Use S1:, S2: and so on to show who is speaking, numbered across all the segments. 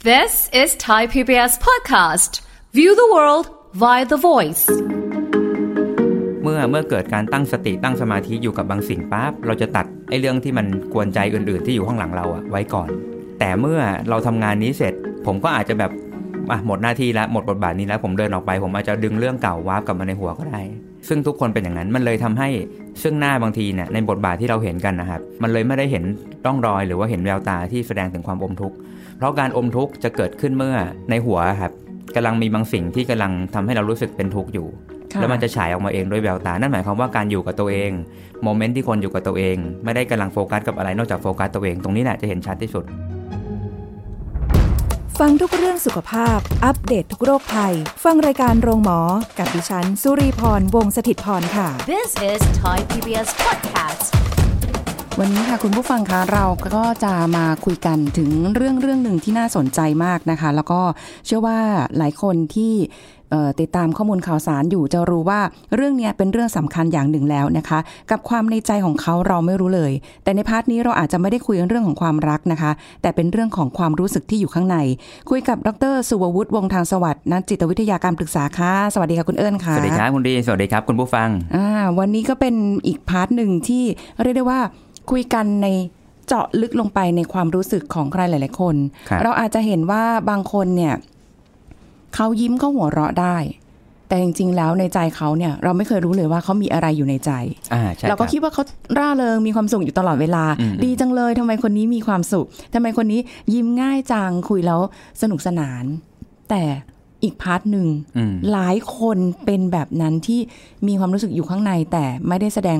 S1: This is Thai PBS podcast. View the world via the voice.
S2: เมื่อเมื่อเกิดการตั้งสติตั้งสมาธิอยู่กับบางสิ่งปั๊บเราจะตัดไอ้เรื่องที่มันกวนใจอื่นๆ ที่อยู่ข้างหลังเราอะไว้ก่อน แต่เมื่อเราทำงานนี้เสร็จ ผมก็อาจจะแบบอ่ะหมดหน้าที่แล้วหมดบทบาทนี้แล้วผมเดินออกไป ผมอาจจะดึงเรื่องเก่าวาร์ปกลับมาในหัวก็ได้ ซึ่งทุกคนเป็นอย่างนั้นมันเลยทำให้ซึ่งหน้าบางทีเนี่ยในบทบาทที่เราเห็นกันนะครับมันเลยไม่ได้เห็นร่องรอยหรือว่าเห็นแววตาที่แสดงถึงความอมทุกข์ เพราะการอมทุกข์จะเกิดขึ้นเมื่อในหัวครับกำลังมีบางสิ่งที่กำลังทำให้เรารู้สึกเป็นทุกข์อยู่
S3: ค่ะ
S2: แล้วมันจะฉายออกมาเองด้วยแววตา นั่นหมายความว่าการอยู่กับตัวเองโมเมนต์ที่คนอยู่กับตัวเอง ไม่ได้กำลังโฟกัสกับอะไรนอกจากโฟกัสตัวเองตรงนี้แหละจะเห็นชัดที่สุด
S3: ฟังทุกเรื่องสุขภาพ อัปเดตททุกโรคภัย ฟังรายการโรงหมอ กับดิฉัน สุรีพร วงศสถิตพรค่ะ
S1: This is Thai PBS podcast.
S4: วันนี้ค่ะคุณผู้ฟังคะเราก็จะมาคุยกันถึงเรื่องเรื่องหนึ่งที่น่าสนใจมากนะคะ แล้วก็เชื่อว่าหลายคนที่เอ่อติดตามข้อมูลข่าวสารอยู่จะรู้ว่าเรื่องเนี้ยเป็นเรื่องสำคัญอย่างหนึ่งแล้วนะคะ กับความในใจของเขาเราไม่รู้เลย แต่ในพาร์ทนี้เราอาจจะไม่ได้คุยเรื่องของความรักนะคะ แต่เป็นเรื่องของความรู้สึกที่อยู่ข้างใน คุยกับดรสุวัวุฒิวงศ์ทางสวัสดิ์นักจิตวิทยาการปรึกษาค่ะสวัสดีค่ะคุณเอิญ
S2: ส
S4: ค่ะ
S2: วัสดีครับคุณดี สวัสดีครับคุณผู้ฟัง
S4: อ่าวันนี้ก็เป็นอีกพาร์ทหนึ่งที่เรียกได้ว่าคุยกันในเจาะลึกลงไปในความรู้สึกของใครหลาย ๆ คน
S2: ครับ
S4: เราอาจจะเห็นว่าบางคนเนี่ยเขายิ้มเขาหัวเราะได้ แต่จริง ๆ แล้วในใจเขาเนี่ยเราไม่เคยรู้เลยว่าเขามีอะไรอยู่ในใจ
S2: อ่าใช่
S4: เราก็คิดว่าเขาร่าเริงมีความสุขอยู่ตลอดเวลา ดีจังเลยทำไมคนนี้มีความสุขทำไมคนนี้ยิ้มง่ายจังคุยแล้วสนุกสนาน แต่อีกพาร์ทหนึ่ง
S2: อืม
S4: หลายคนเป็นแบบนั้นที่มีความรู้สึกอยู่ข้างใน แต่ไม่ได้แสดง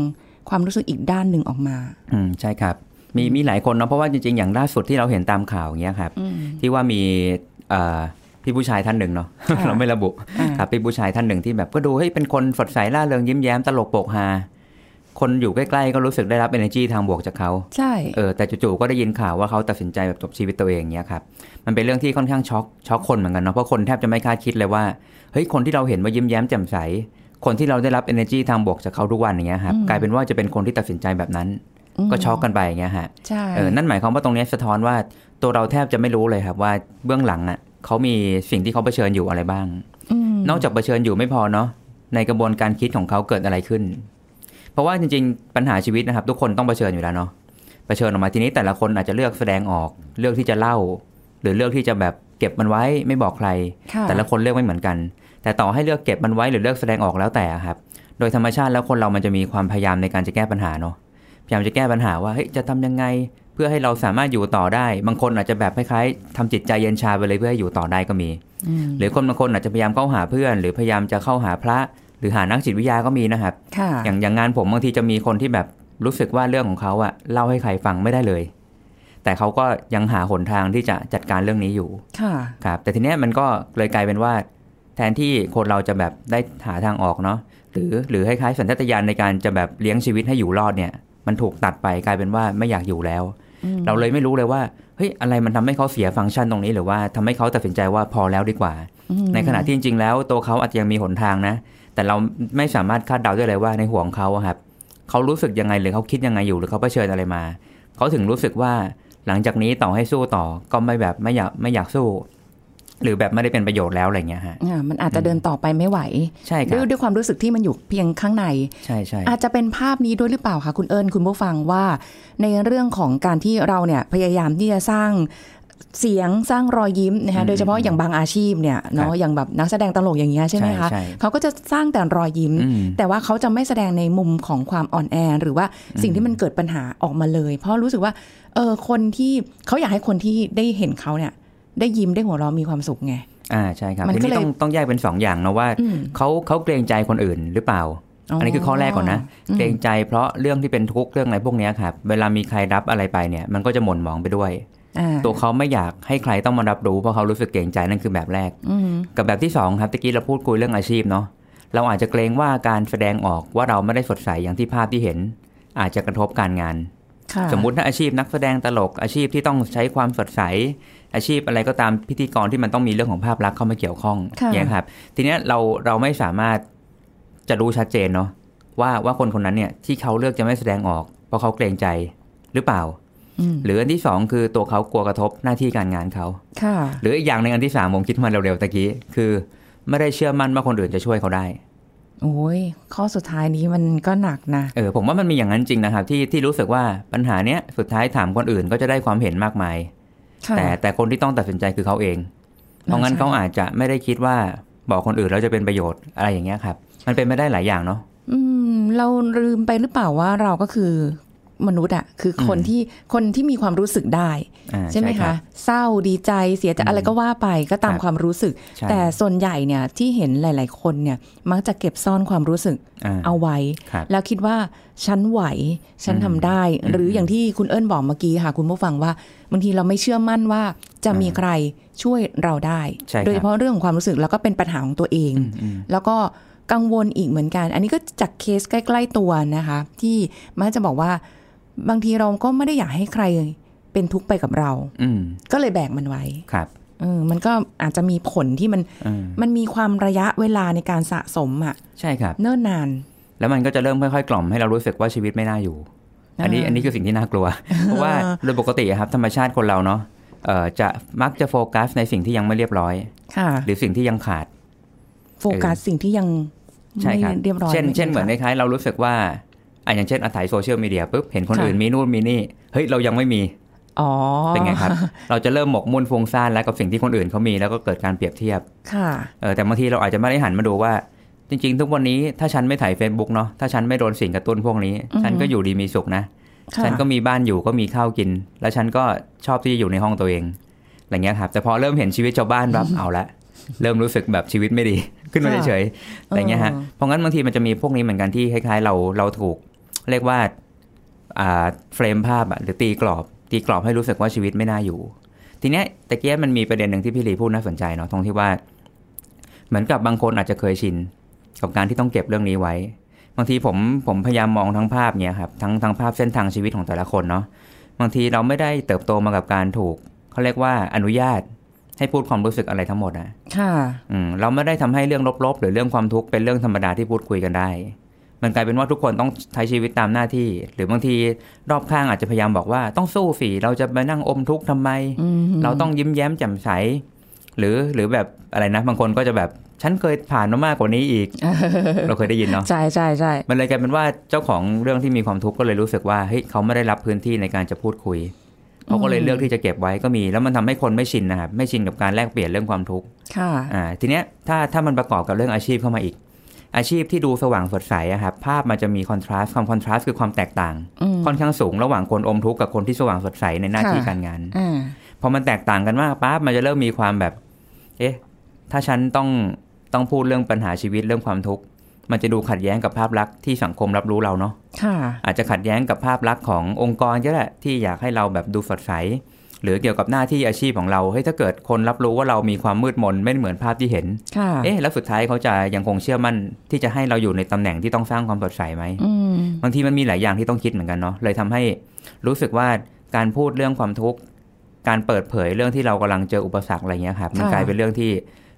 S4: ความรู้สึกอีกด้านหนึ่งออกมา
S2: อืมใช่ครับ มีมีหลายคนเนาะเพราะว่าจริงๆ อย่างล่าสุดที่เราเห็นตามข่าวอย่างเงี้ยครับที่ว่ามีเอ่อพี่ผู้ชายท่านหนึ่งเนาะ
S4: ค่ะ
S2: เราไม่ระบุ
S4: อ่า
S2: ครับพี่ผู้ชายท่านหนึ่งที่แบบก็ดูให้ยเป็นคนสดใสร่าเริงยิ้มแย้มตลกโปกฮาคนอยู่ใกล้ๆก็รู้สึกได้รับ energy ทางบวกจากเขา
S4: ใช่
S2: เออแต่จู่ๆก็ได้ยินข่าวว่าเขาตัดสินใจแบบจบชีวิตตัวเองเนี้ยครับมันเป็นเรื่องที่ค่อนข้างช็อกช็อกคนเหมือนกันเนาะเพราะคนแทบจะไม่คาดคิดเลยว่าเฮ้ยคนที่เราเห็นว่ายิ้มแย้มแจ่มใส คนที่เราได้รับ energy ทางบวกจากเขาทุกวันอย่างเงี้ยครับกลายเป็นว่าจะเป็นคนที่ตัดสินใจแบบนั้น
S4: อืม
S2: ก็ช็อกกันไปอย่างเงี้ยฮะ
S4: ใช่
S2: เออนั่นหมายความว่าตรงเนี้ยสะท้อนว่าตัวเราแทบจะไม่รู้เลยครับว่าเบื้องหลังอ่ะเขามีสิ่งที่เขาเผชิญอยู่อะไรบ้าง
S4: ม
S2: นอกจากเผชิญอยู่ไม่พอเนาะในกระบวนการคิดของเขาเกิดอะไรขึ้น เพราะว่าจริงๆ ปัญหาชีวิตนะครับ ทุกคนต้องเผชิญอยู่แล้วเนาะเผชิญออกมาทีนี้แต่ละคนอาจจะเลือกแสดงออก เลือกที่จะเล่า หรือเลือกที่จะแบบเก็บมันไว้ไม่บอกใคร
S4: ค่ะ
S2: แต่ละคนเลือกไม่เหมือนกัน แต่ต่อให้เลือกเก็บมันไว้หรือเลือกแสดงออกแล้วแต่ครับ โดยธรรมชาติแล้วคนเรามันจะมีความพยายามในการจะแก้ปัญหาเนาะ พยายามจะแก้ปัญหาว่าเฮ้ยจะทำยังไง เพื่อให้เราสามารถอยู่ต่อได้ บางคนอาจจะแบบคล้ายๆทำจิตใจเย็นชาไปเลยเพื่อให้อยู่ต่อได้ก็มี
S4: อืม
S2: หรือคนบางคนอาจจะพยายามเข้าหาเพื่อน หรือพยายามจะเข้าหาพระ หรือหานักจิตวิทยาก็มีนะครับ
S4: ค่ะ
S2: อย่างอย่างงานผมบางทีจะมีคนที่แบบรู้สึกว่าเรื่องของเขาอะเล่าให้ใครฟังไม่ได้เลย แต่เขาก็ยังหาหนทางที่จะจัดการเรื่องนี้อยู่
S4: ค่ะ
S2: ครับแต่ทีเนี้ยมันก็เลยกลายเป็นว่าแทนที่คนเราจะแบบได้หาทางออกเนาะหรือหรือคล้ายๆสัญชาตญาณในการจะแบบเลี้ยงชีวิตให้อยู่รอดเนี่ย มันถูกตัดไปกลายเป็นว่าไม่อยากอยู่แล้ว เราเลยไม่รู้เลยว่าเฮ้ยอะไรมันทำให้เขาเสียฟังก์ชันตรงนี้หรือว่าทำให้เขาตัดสินใจว่าพอแล้วดีกว่า
S4: อืม
S2: ในขณะที่จริงๆแล้วตัวเขาอาจจะยังมีหนทางนะ แต่เราไม่สามารถคาดเดาได้เลยว่าในหัวของเขาอะครับเขารู้สึกยังไงหรือเขาคิดยังไงอยู่หรือเขาเผชิญอะไรมา เขาถึงรู้สึกว่าหลังจากนี้ต่อให้สู้ต่อก็ไม่แบบไม่อยากไม่อยากสู้ หรือแบบไม่ได้เป็นประโยชน์แล้วอะไรเงี้ยฮะ
S4: อ่ามันอาจจะเดินต่อไปไม่ไหว
S2: ใช่ค
S4: ด้
S2: รั
S4: วย
S2: บ
S4: ด้วยความรู้สึกที่มันอยู่เพียงข้างใน
S2: ใช่ใช่
S4: อาจจะเป็นภาพนี้ด้วยหรือเปล่าคะคุณเอิญคุณผู้ฟังว่า ในเรื่องของการที่เราเนี่ยพยายามที่จะสร้างเสียงสร้างรอยยิ้มนะคะโดยเฉพาะอย่างบางอาชีพเนี่ยเนาะอย่างแบบนักแสดงตลกอย่างเงี้ยใช่ไหมคะ
S2: ใช่
S4: เขาก็จะสร้างแต่รอยยิ้ม
S2: อืม
S4: แต่ว่าเขาจะไม่แสดงในมุมของความอ่อนแอ หรือว่าสิ่งที่มันเกิดปัญหาออกมาเลย เพราะรู้สึกว่าเออคนที่เขาอยากให้คนที่ได้เห็นเขาเนี่ย ได้ยิ้มได้หัวเราะมีความสุขไง
S2: อ่าใช่ครับ
S4: มัน
S2: ที
S4: ก็
S2: นี้
S4: เลย
S2: ต้องต้องแยกเป็นสองอย่างนะว่า
S4: อืม
S2: เขาเขาเกรงใจคนอื่นหรือเปล่า
S4: อ๋ออั
S2: อันนี้คือข้อแรกก่อนนะ
S4: อืม
S2: เกรงใจเพราะเรื่องที่เป็นทุกข์เรื่องอะไรพวกเนี้ยครับเวลามีใครรับอะไรไปเนี่ย มันก็จะหม่นหมองไปด้วย
S4: อ่า
S2: ตัวเขาไม่อยากให้ใครต้องมารับรู้เพราะเขารู้สึกเกรงใจนั่นคือแบบแรก
S4: อืม
S2: กับแบบที่สองครับตะกี้เราพูดคุยเรื่องอาชีพเนาะเราอาจจะเกรงว่าการแสดงออกว่าเราไม่ได้สดใสอย่างที่ภาพที่เห็น อาจจะกระทบการงาน
S4: ค่ะ
S2: สมมุติถ้าอาชีพนักแสดงตลกอาชีพที่ต้องใช้ความสดใส อาชีพอะไรก็ตามพิธีกรที่มันต้องมีเรื่องของภาพลักษณ์เข้ามาเกี่ยวข้อง
S4: ะ
S2: เนี่ยครับ ทีเนี้ยเราเราไม่สามารถจะรู้ชัดเจนเนาะว่าว่าคนคนนั้นเนี่ยที่เขาเลือกจะไม่แสดงออก เพราะเขาเกรงใจหรือเปล่า
S4: อืม
S2: หรืออันที่สองคือตัวเขากลัวกระทบหน้าที่การงานเขา
S4: ค่ะ
S2: หรืออีกอย่างในงอันที่สามผมคิดมาเร็วๆตะกี้ คือ ไม่ได้เชื่อมั่นว่าคนอื่นจะช่วยเขาได้
S4: โอ้ยข้อสุดท้ายนี้มันก็หนักนะ
S2: เออผมว่ามันมีอย่างนั้นจริงนะครับ ที่ที่รู้สึกว่าปัญหาเนี้ยสุดท้ายถามคนอื่นก็จะได้ความเห็นมากมาย
S4: ค่ะ
S2: แต่แต่คนที่ต้องตัดสินใจคือเขาเอง เพราะงั้น
S4: ใช่
S2: เขาอาจจะไม่ได้คิดว่าบอกคนอื่นแล้วจะเป็นประโยชน์อะไรอย่างเงี้ยครับ มันเป็นไม่ได้หลายอย่างเนาะ
S4: อืมเราลืมไปหรือเปล่าว่าเราก็คือมนุษย์อะคือคน
S2: อืม
S4: ที่คนที่มีความรู้สึกได้
S2: อ่า
S4: ใช่ไหม
S2: รั
S4: คะ
S2: บ
S4: เศร้าดีใจเสียใจ
S2: อืม
S4: อะไรก็ว่าไปก็ตา
S2: ค
S4: ม
S2: รับ
S4: ความรู้สึก
S2: ใช่
S4: แต่ส่วนใหญ่เนี่ยที่เห็นหลาย ๆ คนเนี่ยมักจะเก็บซ่อนความรู้สึก
S2: อ่า
S4: เอาไว้
S2: ครับ
S4: แล้วคิดว่าฉันไหว ฉันทำได้
S2: อืม
S4: หรืออย่างที่คุณเอิญบอกเมื่อกี้ค่ะ คุณผู้ฟังว่าบางทีเราไม่เชื่อมั่นว่าจะมีใครช่วยเราได้
S2: ใช่ครับ
S4: โดยเฉพาะเรื่องของความรู้สึกแล้วก็เป็นปัญหาของตัวเอง
S2: อืมอืม
S4: แล้วก็กังวลอีกเหมือนกัน อันนี้ก็จากเคสใกล้ๆตัวนะคะ ที่มักจะบอกว่าบางทีเราก็ไม่ได้อยากให้ใครเป็นทุกข์ไปกับเรา
S2: อืม
S4: ก็เลยแบกมันไว้
S2: ครับ
S4: เออมันก็อาจจะมีผลที่มัน
S2: อืม
S4: มันมีความระยะเวลาในการสะสมอะ
S2: ใช่ครับ
S4: เนิ่นนาน
S2: แล้วมันก็จะเริ่มค่อยๆ กล่อมให้เรารู้สึกว่าชีวิตไม่น่าอยู่ อันนี้
S4: อ่า
S2: อันนี้คือสิ่งที่น่ากลัว เพราะว่าโดยปกติอะครับธรรมชาติคนเราเนาะเอ่อจะมักจะโฟกัสในสิ่งที่ยังไม่เรียบร้อย
S4: ค่ะ
S2: หรือสิ่งที่ยังขาด
S4: โฟกัสสิ่งที่ยัง
S2: ใช่
S4: ไม่
S2: ครับ
S4: เรียบร้อย
S2: เช่นเช่นเหมือนค
S4: ไคะ
S2: ล้ายๆเรารู้สึกว่าอ่ะอย่างเช่นอาศัยโซเชียลมีเดียปุ๊บเห็นคน
S4: ค่ะ
S2: อื่นมีนู่นมีนี่เฮ้ยเรายังไม่มี
S4: อ๋อ
S2: เป็นไงครับ เราจะเริ่มหมกมุ่นฟุ้งซ่านแล้วกับสิ่งที่คนอื่นเขามีแล้วก็เกิดการเปรียบเทียบ
S4: ค่ะ
S2: เออแต่บางทีเราอาจจะไม่ได้หันมาดูว่า จริง ๆ ทุกวันนี้ถ้าฉันไม่ถ่าย Facebook เนาะถ้าฉันไม่โดนสิ่งกระตุ้นพวกนี้
S4: อือฮึ
S2: ฉันก็อยู่ดีมีสุขนะ
S4: ค่ะ
S2: ฉันก็มีบ้านอยู่ก็มีข้าวกิน แล้วฉันก็ชอบที่จะอยู่ในห้องตัวเองอะไรเงี้ยครับแต่พอเริ่มเห็นชีวิตชาวบ้านรับ เอาละเริ่มรู้สึกแบบชีวิตไม่ดี ขึ้นมาเฉยๆอะไรเงี้ยฮะเพราะงั้นบางทีมันจะมีพวกนี้เหมือนกันที่คล้ายๆ เราเราถูก เรียกว่าอ่าเฟรมภาพอะหรือตีกรอบ ตีกรอบให้รู้สึกว่าชีวิตไม่น่าอยู่ ทีเนี้ยตะเกียบมันมีประเด็นหนึ่งที่พี่ลีพูดน่าสนใจเนาะตรงที่ว่า เหมือนกับบางคนอาจจะเคยชินกับการที่ต้องเก็บเรื่องนี้ไว้ บางทีผมผมพยายามมองทั้งภาพเนี่ยครับทั้งทั้งภาพเส้นทางชีวิตของแต่ละคนเนาะบางทีเราไม่ได้เติบโตมากับการถูกเขาเรียกว่าอนุญาตให้พูดความรู้สึกอะไรทั้งหมดอะ
S4: ค่ะ
S2: อืมเราไม่ได้ทำให้เรื่องลบๆ หรือเรื่องความทุกข์เป็นเรื่องธรรมดาที่พูดคุยกันได้ มันกลายเป็นว่าทุกคนต้องใช้ชีวิตตามหน้าที่ หรือบางทีรอบข้างอาจจะพยายามบอกว่าต้องสู้ฝีเราจะมานั่งอมทุกข์ทำไม
S4: อืม
S2: เราต้องยิ้มแย้มแจ่มใสหรือหรือแบบอะไรนะ บางคนก็จะแบบฉันเคยผ่านมามากกว่านี้ อีก เราเคยได้ยินเนาะ
S4: ใช่ใช่ใช่
S2: มันเลยกลายเป็นว่าเจ้าของเรื่องที่มีความทุกข์ก็เลยรู้สึกว่าเฮ้ยเขาไม่ได้รับพื้นที่ในการจะพูดคุยเขาก็เลยเลือกที่จะเก็บไว้ก็มี แล้วมันทำให้คนไม่ชินนะครับไม่ชินกับการแลกเปลี่ยนเรื่องความทุกข์
S4: ค่ะ
S2: อ่าทีเนี้ยถ้าถ้ามันประกอบกับเรื่องอาชีพเข้ามาอีก อาชีพที่ดูสว่างสดใสอะครับภาพมันจะมีคอนทราสต์ความคอนทราสต์คือความแตกต่าง
S4: อืม
S2: ค่อนข้างสูงระหว่างคนอมทุกข์กับคนที่สว่างสดใสในหน้าที่
S4: ค่ะ
S2: การงาน
S4: อ่า
S2: พอมันแตกต่างกันมากปั๊บมันจะเริ่มมีความแบบ เอ๊ะถ้าฉันต้องต้องพูดเรื่องปัญหาชีวิตเรื่องความทุกข์มันจะดูขัดแย้งกับภาพลักษณ์ที่สังคมรับรู้เราเนาะ
S4: ค่ะ
S2: อาจจะขัดแย้งกับภาพลักษณ์ขององค์กรก็ได้ที่อยากให้เราแบบดูสดใส หรือเกี่ยวกับหน้าที่อาชีพของเราเฮ้ยถ้าเกิดคนรับรู้ว่าเรามีความมืดมนไม่เหมือนภาพที่เห็น
S4: ค่ะ
S2: เอ๊ะแล้วสุดท้ายเขาจะยังคงเชื่อมั่นที่จะให้เราอยู่ในตำแหน่งที่ต้องสร้างความสดใสไหม
S4: อืม
S2: บางทีมันมีหลายอย่างที่ต้องคิดเหมือนกันเนาะเลยทำให้รู้สึกว่าการพูดเรื่องความทุกข์การเปิดเผยเรื่องที่เรากำลังเจออุปสรรคอะไรเงี้ยครับมัน
S4: ค่ะ
S2: กลายเป็นเรื่องที่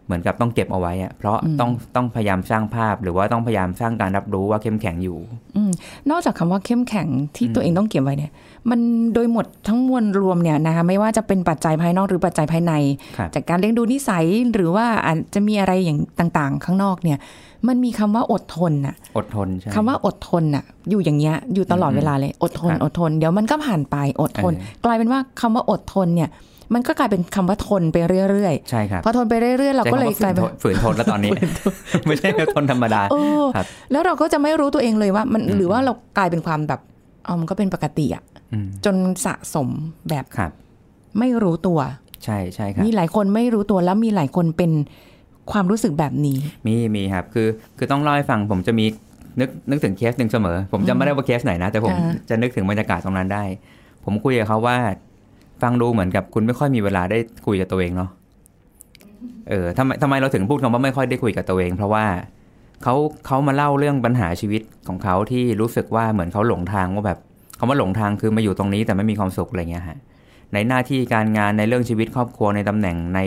S2: เหมือนกับต้องเก็บเอาไว้อะเพราะ
S4: อืม
S2: ต้องต้องพยายามสร้างภาพ หรือว่าต้องพยายามสร้างการรับรู้ว่าเข้มแข็งอยู่
S4: อืมนอกจากคำว่าเข้มแข็งที่
S2: อืม
S4: ตัวเองต้องเก็บไว้เนี่ย มันโดยหมดทั้งมวลรวมเนี่ยนะคะไม่ว่าจะเป็นปัจจัยภายนอกหรือปัจจัยภายใน
S2: ครับ
S4: จากการเลี้ยงดูนิสัยหรือว่าอาจจะมีอะไรอย่างต่าง ๆ ข้างนอกเนี่ย มันมีคำว่าอดทนน่ะ
S2: อดทนใช่
S4: คำว่าอดทนน่ะ อยู่อย่างเงี้ยอยู่ตลอด
S2: อืม
S4: เวลาเลยอดทน
S2: ครับ
S4: อดทน เดี๋ยวมันก็ผ่านไปอดทน
S2: เออ
S4: กลายเป็นว่าคำว่าอดทนเนี่ย มันก็กลายเป็นคำว่าทนไปเรื่อย
S2: ใช่ครับ
S4: ๆพอทนไปเรื่อยๆ เราก็เลยกลายเป็น
S2: ฝืนทนแล้วตอนนี้ ไม่ใช่ฝืนทนธรรมดา
S4: เออ
S2: ครับ
S4: แล้วเราก็จะไม่รู้ตัวเองเลยว่ามัน
S2: อืม
S4: หรือว่าเรากลายเป็นความแบบเอามันก็เป็นปกติอะ
S2: ม
S4: จนสะสมแบบ
S2: ครับ
S4: ไม่รู้ตัว
S2: ใช่ใช่ครับ
S4: มีหลายคนไม่รู้ตัวแล้วมีหลายคนเป็นความรู้สึกแบบนี้
S2: มีมีครับคือคือต้องเล่าให้ฟังผมจะมีนึกนึกถึงเคสหนึ่งเสมอ ผมจำไม่ได้ว่าเคสไหนนะ แต่ผม
S4: อ่า
S2: จะนึกถึงบรรยากาศตรงนั้นได้ ผมคุยกับเขาว่า ฟังดูเหมือนกับคุณไม่ค่อยมีเวลาได้คุยกับตัวเองเนาะเออทำไมทำไมเราถึงพูดคำว่าไม่ค่อยได้คุยกับตัวเอง เพราะว่าเขาเขามาเล่าเรื่องปัญหาชีวิตของเขาที่รู้สึกว่าเหมือนเขาหลงทางว่าแบบเขามาหลงทางคือมาอยู่ตรงนี้แต่ไม่มีความสุขอะไรเงี้ยฮะในหน้าที่การงานในเรื่องชีวิตครอบครัวในตำแหน่งใน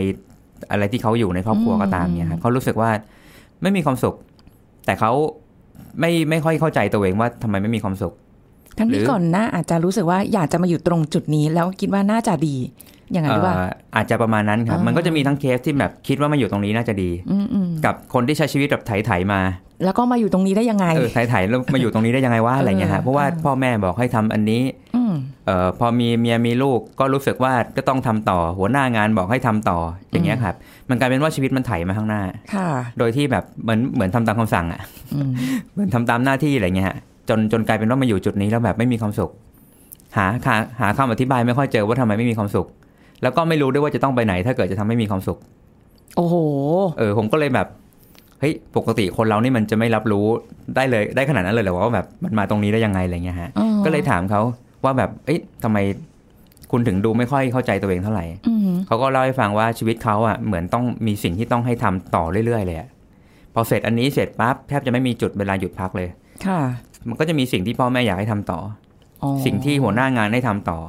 S2: อะไรที่เขาอยู่ในครอบครัวก็ตามเนี่ยครับเขารู้สึกว่า ไม่มีความสุข แต่เขาไม่ไม่ค่อยเข้าใจตัวเองว่าทำไมไม่มีความสุข
S4: ทั้ง
S2: หรื
S4: ที่
S2: อ
S4: ก่อนหน้าอาจจะรู้สึกว่าอยากจะมาอยู่ตรงจุดนี้ แล้วคิดว่าน่าจะดี อย่างนั้นหรือเปล่า
S2: เอ่ออาจจะประมาณนั้นครับ
S4: อ่ามั
S2: มันก็จะมีทั้งเคสที่แบบคิดว่ามาอยู่ตรงนี้น่าจะดี
S4: อืม
S2: กับคนที่ใช้ชีวิตแบบไถๆมา
S4: ๆแล้วก็มาอยู่ตรงนี้ได้ยังไง
S2: เออไถๆแล้วมาอยู่ตรงนี้ได้ยังไงวะอะไรเงี้ยฮะ
S4: เออ
S2: เพราะว่าพ่อแม่บอกให้ทำอันนี้
S4: อืม
S2: เอ่อพอมีเมียมีลูกก็รู้สึกว่าก็ต้องทำต่อ หัวหน้างานบอกให้ทำต่ออย่างเงี้ยครับ มันกลายเป็นว่าชีวิตมันไถมาข้างหน้า
S4: ค่ะ
S2: โดยที่แบบเหมือนเหมือนทำตามคำสั่งอ่ะ
S4: อืม
S2: เหมือนทำตามหน้าที่อะไรเงี้ยฮะจนจนกลายเป็นว่ามาอยู่จุดนี้แล้วแบบไม่มีความสุข หาหาหาคำอธิบายไม่ค่อยเจอว่าทำไมไม่มีความสุข แล้วก็ไม่รู้ด้วยว่าจะต้องไปไหน ถ้าเกิดจะทำให้มีความสุข
S4: โอ้โห
S2: เออผมก็เลยแบบเฮ้ยปกติคนเรานี่มันจะไม่รับรู้ได้เลยได้ขนาดนั้นเลยเหรอว่าแบบมันมาตรงนี้ได้ยังไงอะไรเงี้ยฮะ
S4: อ๋อ
S2: ก็เลยถามเขาว่าแบบเอ๊ะทำไมคุณถึงดูไม่ค่อยเข้าใจตัวเองเท่าไหร่
S4: อืม
S2: เขาก็เล่าให้ฟังว่าชีวิตเขาอ่ะเหมือนต้องมีสิ่งที่ต้องให้ทำต่อเรื่อยๆเลยอะพอเสร็จอันนี้เสร็จปั๊บแทบจะไม่มีจุดเวลาหยุดพักเลย
S4: ค่ะ
S2: มันก็จะมีสิ่งที่พ่อแม่อยากให้ทำต่อ
S4: อ๋อ
S2: สิ่งที่หัวหน้างานให้ทำต่อ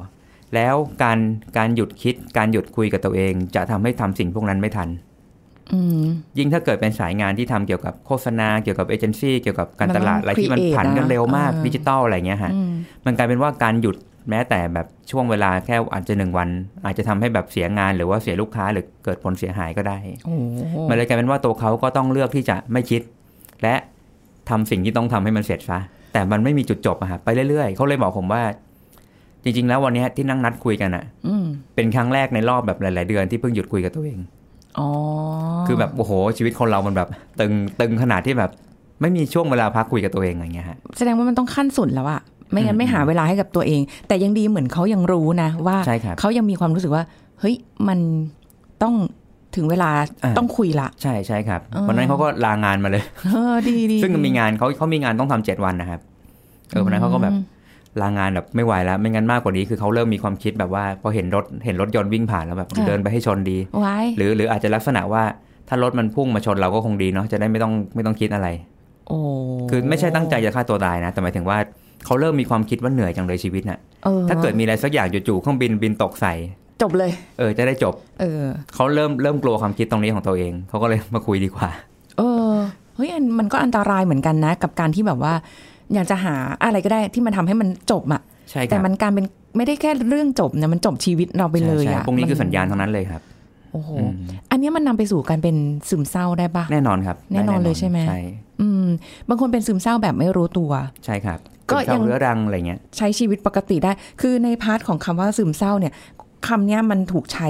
S2: แล้วการการหยุดคิดการหยุดคุยกับตัวเอง จะทำให้ทำสิ่งพวกนั้นไม่ทัน
S4: อืม
S2: ยิ่งถ้าเกิดเป็นสายงานที่ทำเกี่ยวกับโฆษณาเกี่ยวกับเอเจนซี่เกี่ยวกับการ
S4: มันต้
S2: ต
S4: อง
S2: ลาดอะไรที่มัน
S4: create
S2: ผันกันเร็วมาก
S4: นะเออ
S2: ดิจิตอลอะไรเงี้ยฮะ
S4: อืม
S2: มันกลายเป็นว่าการหยุดแม้แต่แบบช่วงเวลาแค่อาจจะหนึ่งวัน อาจจะทำให้แบบเสียงานหรือว่าเสียลูกค้าหรือเกิดผลเสียหายก็ได้
S4: โอ้โห
S2: มันเลยกลายเป็นว่าตัวเขาก็ต้องเลือกที่จะไม่คิด และทำสิ่งที่ต้องทำให้มันเสร็จซะแต่มันไม่มีจุดจบอะฮะไปเรื่อยๆเขาเลยบอกผมว่า จริง ๆ แล้ววันเนี้ยที่นั่งนัดคุยกันอะ
S4: อืม
S2: เป็นครั้งแรกในรอบแบบหลาย ๆ เดือนที่เพิ่งหยุดคุยกับตัวเอง
S4: อ๋อ
S2: คือแบบโอ้โหชีวิตคนเรามันแบบ ตึงตึงขนาดที่แบบ ไม่มีช่วงเวลาพักคุยกับตัวเองอะไรเงี้ยฮะ
S4: แสดงว่ามันต้องขั้นสุดแล้วอะไม่งั้นไม่หาเวลาให้กับตัวเอง แต่ยังดีเหมือนเขายังรู้นะ ว่า
S2: ใช่ครับ
S4: เขายังมีความรู้สึกว่า เฮ้ยมันต้องถึงเวลา
S2: อ่า
S4: ต้องคุ ยละ
S2: ใช่ใช่ครับ
S4: เออ
S2: วันนั้นเขาก็ลางานมาเลย
S4: เออดีดี
S2: ซึ่งมีงานเขาเขามีงานต้องทำเจ็ดวันนะครับเออวันนั้นเขาก็แบบลางานแบบไม่ไหวแล้วไม่งั้นมากกว่านี้คือเขาเริ่มมีความคิดแบบว่าพอเห็นรถเห็นรถยนต์วิ่งผ่านแล้วแบบเดินไปให้ชนดี
S4: ไว้
S2: หรือหรืออาจจะลักษณะว่าถ้ารถมันพุ่งมาชนเราก็คงดีเนาะจะได้ไม่ต้องไม่ต้องคิดอะไร
S4: โอ้
S2: คือไม่ใช่ตั้งใจจะฆ่าตัวตายนะ แต่หมายถึงว่าเขาเริ่มมีความคิดว่าเหนื่อยจังเลยชีวิตน่ะ
S4: ออ
S2: ถ้าเกิดมีอะไรสักอย่างจู่ๆเครื่องบินบินตกใส่
S4: จบเลย
S2: เออจะได้จบ
S4: เออ
S2: เขาเริ่มเริ่มกลัวความคิดตรงนี้ของตัวเอง เขาก็เลยมาคุยดีกว่า
S4: เออเฮ้ยอันมันก็อันตรายเหมือนกันนะ กับการที่แบบว่า อยากจะหาอะไรก็ได้ที่มันทำให้มันจบอะ
S2: ใช่ค
S4: แต่
S2: รับ
S4: มันการเป็นไม่ได้แค่เรื่องจบนะมันจบชีวิตเราไปเลย
S2: ใช่
S4: อะ
S2: ใช่พวกนี้คือ
S4: มั
S2: สัญญาณทั้งนั้นเลยครับ
S4: โอ้โห
S2: อืม
S4: อันเนี้ยมันนำไปสู่การเป็นซึมเศร้าได้ปะ
S2: แน่นอนครับ
S4: แน่นอนเลยใช่ไหม
S2: ใช่
S4: อืม บางคนเป็นซึมเศร้าแบบไม่รู้ตัว
S2: ใช่ครับ
S4: ก็
S2: ก็
S4: ยั
S2: ยัง งเรื้อรังอะไรเงี้ย
S4: ใช้ชีวิตปกติได้ คือในพาร์ทของคำว่าซึมเศร้าเนี่ยคำเนี้ยมันถูกใช้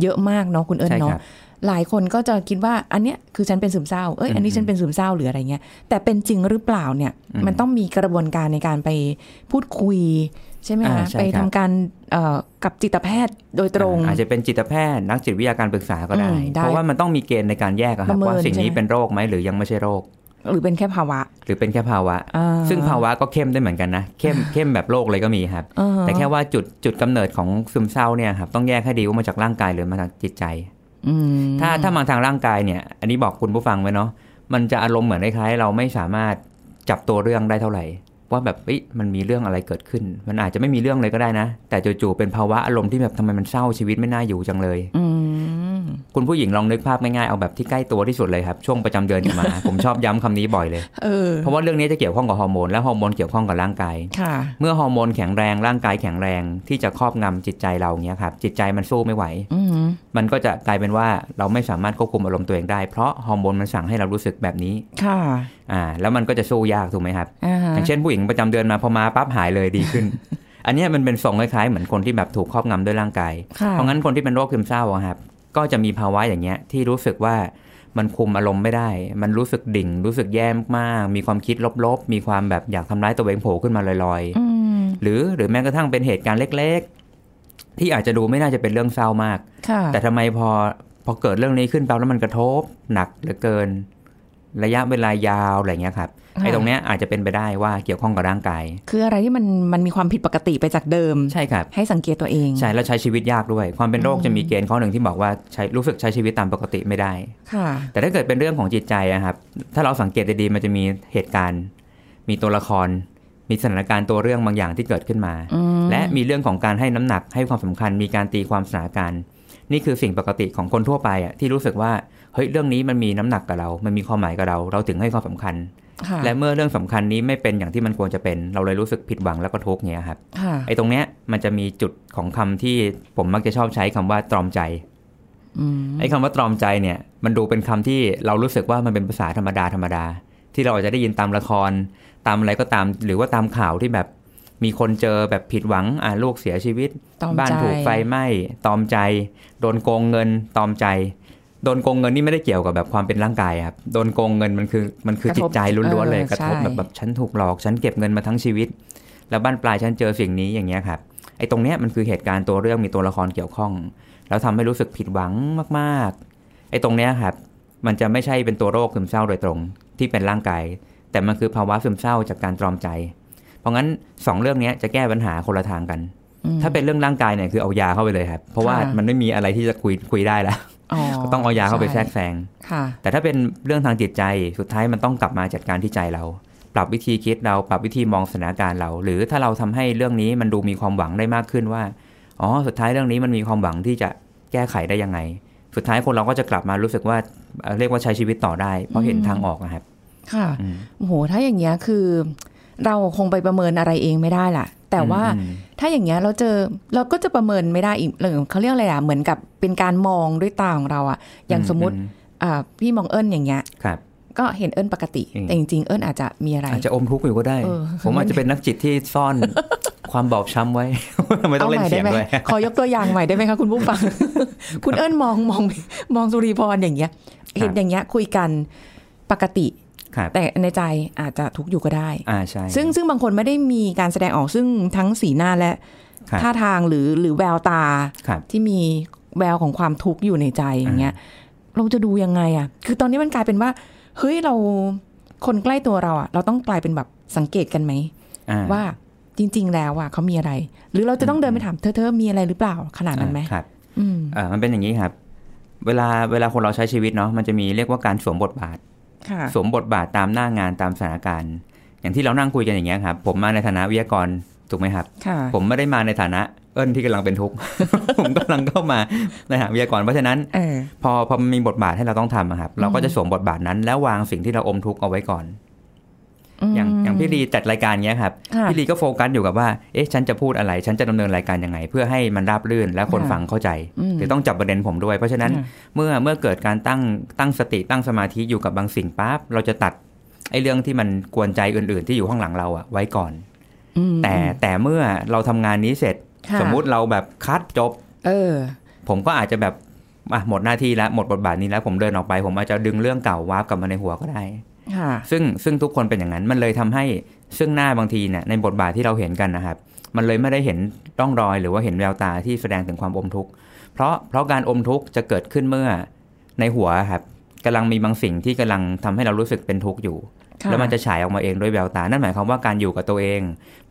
S4: เยอะมากเนาะคุณเอิญ
S2: ใช่
S4: เนาะ
S2: ครับ
S4: หลายคนก็จะคิดว่าอันเนี้ยคือฉันเป็นซึมเศร้า เอ้ย อันนี้
S2: อืม
S4: ฉันเป็นซึมเศร้าหรืออะไรเงี้ย แต่เป็นจริงหรือเปล่าเนี่ย
S2: อืม
S4: มันต้องมีกระบวนการในการไปพูดคุย ใช่ไหมคะ
S2: อ่าใช่ครับ
S4: ไปทำการเอ่อกับจิตแพทย์โดยตรง
S2: อาจจะเป็นจิตแพทย์นักจิตวิทยาการปรึกษาก็ได้
S4: อืมได้
S2: เพราะว่ามันต้องมีเกณฑ์ในการแยกอะครั
S4: ป
S2: บ
S4: ระเมิน
S2: ว่าสิ่งนี้
S4: ใช่ไหม
S2: เป็นโรคไหมหรือยังไม่ใช่โรค
S4: หรือเป็นแค่ภาวะ
S2: หรือเป็นแค่ภาวะ
S4: อ่
S2: ซึ่งภาวะก็เข้มได้เหมือนกันนะเข้มเข้มแบบโรคเลยก็มีครับ
S4: อ่า
S2: แต่แค่ว่าจุดจุดกำเนิดของซึมเศร้าเนี่ยครับต้องแยกให้ดีว่ามาจากร่างกายหรือมาจากจิตใจ
S4: อืม
S2: ถ้าถ้ามาทางร่างกายเนี่ย อันนี้บอกคุณผู้ฟังไว้เนาะ มันจะอารมณ์เหมือนคล้ายๆเราไม่สามารถจับตัวเรื่องได้เท่าไหร่ ว่าแบบเอ้ยมันมีเรื่องอะไรเกิดขึ้น มันอาจจะไม่มีเรื่องเลยก็ได้นะ แต่จู่ๆเป็นภาวะอารมณ์ที่แบบทำไมมันเศร้าชีวิตไม่น่าอยู่จังเลย
S4: อืม
S2: คุณผู้หญิงลองนึกภาพง่ายๆเอาแบบที่ใกล้ตัวที่สุดเลยครับ ช่วงประจำเดือน กันมา ผมชอบย้ำคำนี้บ่อยเลย
S4: เออ
S2: เพราะว่าเรื่องนี้จะเกี่ยวข้องกับฮอร์โมนและฮอร์โมนเกี่ยวข้องกับร่างกาย
S4: ค่ะ
S2: เมื่อฮอร์โมนแข็งแรงร่างกายแข็งแรงที่จะครอบงำจิตใจเราเนี้ยครับจิตใจมันสู้ไม่ไหว
S4: อืม
S2: มันก็จะกลายเป็นว่าเราไม่สามารถควบคุมอารมณ์ตัวเองได้ เพราะฮอร์โมนมันสั่งให้เรารู้สึกแบบนี้
S4: ค่ะ
S2: อ่าแล้วมันก็จะสู้ยากถูกไหมครับ
S4: อ่า
S2: อ
S4: ฮะ
S2: ย่างเช่นผู้หญิงประจำเดือนมาพอมาปั๊บหายเลยดีขึ้ น อันเนี้ยมันเป็นทรงคล้ายๆเหมือนคนที่แบบถูกครอบงำด้วยร่างกาย
S4: ค่ะ
S2: เพราะงั้นคนที่เป็นโรคซึมเศร้าอะครับก็จะมีภาวะอย่างเงี้ยที่รู้สึกว่ามันคุมอารมณ์ไม่ได้ มันรู้สึกดิ่ง รู้สึกแย่มากๆมีความคิดลบๆ มีความแบบอยากทำร้ายตัวเองโผล่ขึ้นมาลอยๆ
S4: อืม
S2: หรือหรือแม้กระทั่งเป็นเหตุการณ์เล็กๆ ที่อาจจะดูไม่น่าจะเป็นเรื่องเศร้ามาก
S4: ค่ะ
S2: แต่ทำไมพอพอเกิดเรื่องนี้ขึ้นปั๊บแล้วมันกระทบหนักเหลือเกิน ระยะเวลายาวอะไรเงี้ยครับ
S4: ค่ะ
S2: ไอ้ตรงเนี้ยอาจจะเป็นไปได้ว่าเกี่ยวข้องกับร่างกาย
S4: คืออะไรที่มันมันมีความผิดปกติไปจากเดิม
S2: ใช่ครับ
S4: ให้สังเกตตัวเอง
S2: ใช่แล้วใช้ชีวิตยากด้วย ความเป็นโรคจะมีเกณฑ์ข้อหนึ่งที่บอกว่าใช้รู้สึกใช้ชีวิตตามปกติไม่ได้
S4: ค่ะ
S2: แต่ถ้าเกิดเป็นเรื่องของจิตใจอะครับ ถ้าเราสังเกตดีๆมันจะมีเหตุการณ์ มีตัวละคร มีสถานการณ์ตัวเรื่องบางอย่างที่เกิดขึ้นมา
S4: อืม
S2: และมีเรื่องของการให้น้ำหนักให้ความสำคัญ มีการตีความสถานการณ์ นี่คือสิ่งปกติของคนทั่วไปอะที่รู้สึกว่าเฮ้ยเรื่องนี้มันมีน้ำหนักกับเรา มันมีความหมายกับเรา เราถึงให้ความสำคัญ
S4: ค่ะ
S2: และเมื่อเรื่องสำคัญนี้ไม่เป็นอย่างที่มันควรจะเป็น เราเลยรู้สึกผิดหวังแล้วก็ทุกข์เงี้ยครับ
S4: ค่ะ
S2: ไอ้ตรงเนี้ยมันจะมีจุดของคำที่ผมมักจะชอบใช้คำว่าตรอมใจ
S4: อืม
S2: ไอ้คำว่าตรอมใจเนี่ยมันดูเป็นคำที่เรารู้สึกว่ามันเป็นภาษาธรรมดาธรรมดา ที่เราอาจจะได้ยินตามละคร ตามอะไรก็ตาม หรือว่าตามข่าวที่แบบมีคนเจอแบบผิดหวังอ่ะลูกเสียชีวิต
S4: ตอม
S2: บ้าน
S4: ใจ
S2: ถูกไฟไหม้ตอมใจ โดนโกงเงินตอมใจ โดนโกงเงินนี่ไม่ได้เกี่ยวกับแบบความเป็นร่างกายครับโดนโกงเงินมันคือมันคือจิตใจล้วนๆเลยกระทบแบบแบบฉันถูกหลอก ฉันเก็บเงินมาทั้งชีวิต แล้วบ้านปลายฉันเจอสิ่งนี้อย่างเงี้ยครับไอ้ตรงเนี้ยมันคือเหตุการณ์ตัวเรื่องมีตัวละครเกี่ยวข้อง แล้วทำให้รู้สึกผิดหวังมากๆ ไอ้ตรงเนี้ยครับมันจะไม่ใช่เป็นตัวโรคซึมเศร้าโดยตรงที่เป็นร่างกาย แต่มันคือภาวะซึมเศร้าจากการตรอมใจ เพราะงั้นสองเรื่องเนี้ยจะแก้ปัญหาคนละทางกัน
S4: อืม
S2: ถ้าเป็นเรื่องร่างกายเนี่ยคือเอายาเข้าไปเลยครับ เพราะว่า
S4: ค่ะ
S2: มันไม่มีอะไรที่จะคุยคุยได้แล้ว ก็ต้องเอายาเข้าไปแทรกแซง
S4: ค่ะ
S2: แต่ถ้าเป็นเรื่องทางจิตใจสุดท้ายมันต้องกลับมาจัดการที่ใจเรา ปรับวิธีคิดเราปรับวิธีมองสถานการณ์เรา หรือถ้าเราทำให้เรื่องนี้มันดูมีความหวังได้มากขึ้นว่า อ๋อสุดท้ายเรื่องนี้มันมีความหวังที่จะแก้ไขได้ยังไง สุดท้ายคนเราก็จะกลับมารู้สึกว่าเอ่อเรียกว่าใช้ชีวิตต่อได้เพราะเห็นทางออกนะครับ
S4: ค่ะ
S2: อืม
S4: โอ้โห ถ้าอย่างเงี้ยคือ เราคงไปประเมินอะไรเองไม่ได้ล่ะ แต่ว่า
S2: อืม
S4: ถ้าอย่างเงี้ยเราเจอเราก็จะประเมินไม่ได้อีกเรื่องเขาเรียกอะไรล่ะ เหมือนกับเป็นการมองด้วยตาของเราอะอย่าง
S2: อืม
S4: สมมติ
S2: อืม
S4: อ่าพี่มองเอิญอย่างเงี้ย
S2: ครับ
S4: ก็เห็นเอิญปกติ
S2: อืม
S4: แต่จริงๆ เอิญอาจจะมีอะไร
S2: อาจจะอมทุกข์อยู่ก็ได้
S4: เออ
S2: ผมอาจจะเป็นนักจิตที่ซ่อน ความบอบช้ำไว้ ทำไมต้องเล่นเสียง
S4: ไหม
S2: ด้วย
S4: ขอยกตัวอย่างใหม่ได้ไหมคะคุณผู้ ฟัง คุณเอิญมองมองมองสุริพรอย่างเงี้ย เห็นอย่างเงี้ยคุยกันปกติ
S2: ครับ
S4: แต่ในใจอาจจะทุกข์อยู่ก็ได้
S2: อ่าใช่
S4: ซึ่งซึ่งบางคนไม่ได้มีการแสดงออกซึ่งทั้งสีหน้าและ
S2: ครับ
S4: ท่าทางหรือหรือแววตา
S2: ครับ
S4: ที่มีแววของความทุกข์อยู่ในใจอย่างเงี้ย เราจะดูยังไงอะคือตอนนี้มันกลายเป็นว่าเฮ้ยเราคนใกล้ตัวเราอะเราต้องกลายเป็นแบบสังเกตกันไหม
S2: อ่
S4: ว่าจริง ๆ แล้วอะเขามีอะไร หรือเราจะต้องเดินไปถามเธอเธอมีอะไรหรือเปล่าขนาดนั้นไหม
S2: อ่าครับ
S4: อืม
S2: อ่ามันเป็นอย่างนี้ครับ เวลาเวลาคนเราใช้ชีวิตเนาะมันจะมีเรียกว่าการสวมบทบาท
S4: ค่ะ
S2: สวมบทบาทตามหน้างานตามสถานการณ์ อย่างที่เรานั่งคุยกันอย่างเงี้ยครับ ผมมาในฐานะวิทยากรถูกไหมครับ
S4: ค่ะ
S2: ผมไม่ได้มาในฐานะเอิ้นที่กำลังเป็น ทุกข์ ผมกำลังเข้ามาในฐานะวิทยากรเพราะฉะนั้น
S4: เออ
S2: พอพอมันมีบทบาทให้เราต้องทำอะครับ เราก็จะสวมบทบาทนั้นแล้ววางสิ่งที่เราอมทุกข์เอาไว้ก่อน อย่างอย่างพี่ลีจัดรายการเนี้ยครับ
S4: ค่ะ
S2: พี่ลีก็โฟกัสอยู่กับว่าเอ๊ะฉันจะพูดอะไร ฉันจะดำเนินรายการยังไง เพื่อให้มันราบรื่นและคนฟังเข้าใจหรือต้องจับประเด็นผมด้วย เพราะฉะนั้นเมื่อเมื่อเกิดการตั้งตั้งสติตั้งสมาธิอยู่กับบางสิ่งปั๊บเราจะตัดไอ้เรื่องที่มันกวนใจอื่น ๆ ที่อยู่ข้างหลังเราอะไว้ก่อน
S4: อืม
S2: แต่แต่เมื่อเราทำงานนี้เสร็จ
S4: ค่ะ
S2: สมมุติเราแบบคัดจบ
S4: เออ
S2: ผมก็อาจจะแบบอ่ะหมดหน้าที่แล้วหมดบทบาทนี้แล้วผมเดินออกไป ผมอาจจะดึงเรื่องเก่าวาร์ปกลับมาในหัวก็ได้
S4: ค่ะ
S2: ซึ่งซึ่งทุกคนเป็นอย่างนั้นมันเลยทำให้ซึ่งหน้าบางทีเนี่ยในบทบาทที่เราเห็นกันนะครับ มันเลยไม่ได้เห็นร่องรอยหรือว่าเห็นแววตาที่แสดงถึงความอมทุกข์เพราะเพราะการอมทุกข์จะเกิดขึ้นเมื่อในหัวครับกำลังมีบางสิ่งที่กำลังทำให้เรารู้สึกเป็นทุกข์อยู่
S4: ค่ะ
S2: แล้วมันจะฉายออกมาเองด้วยแววตา นั่นหมายความว่าการอยู่กับตัวเอง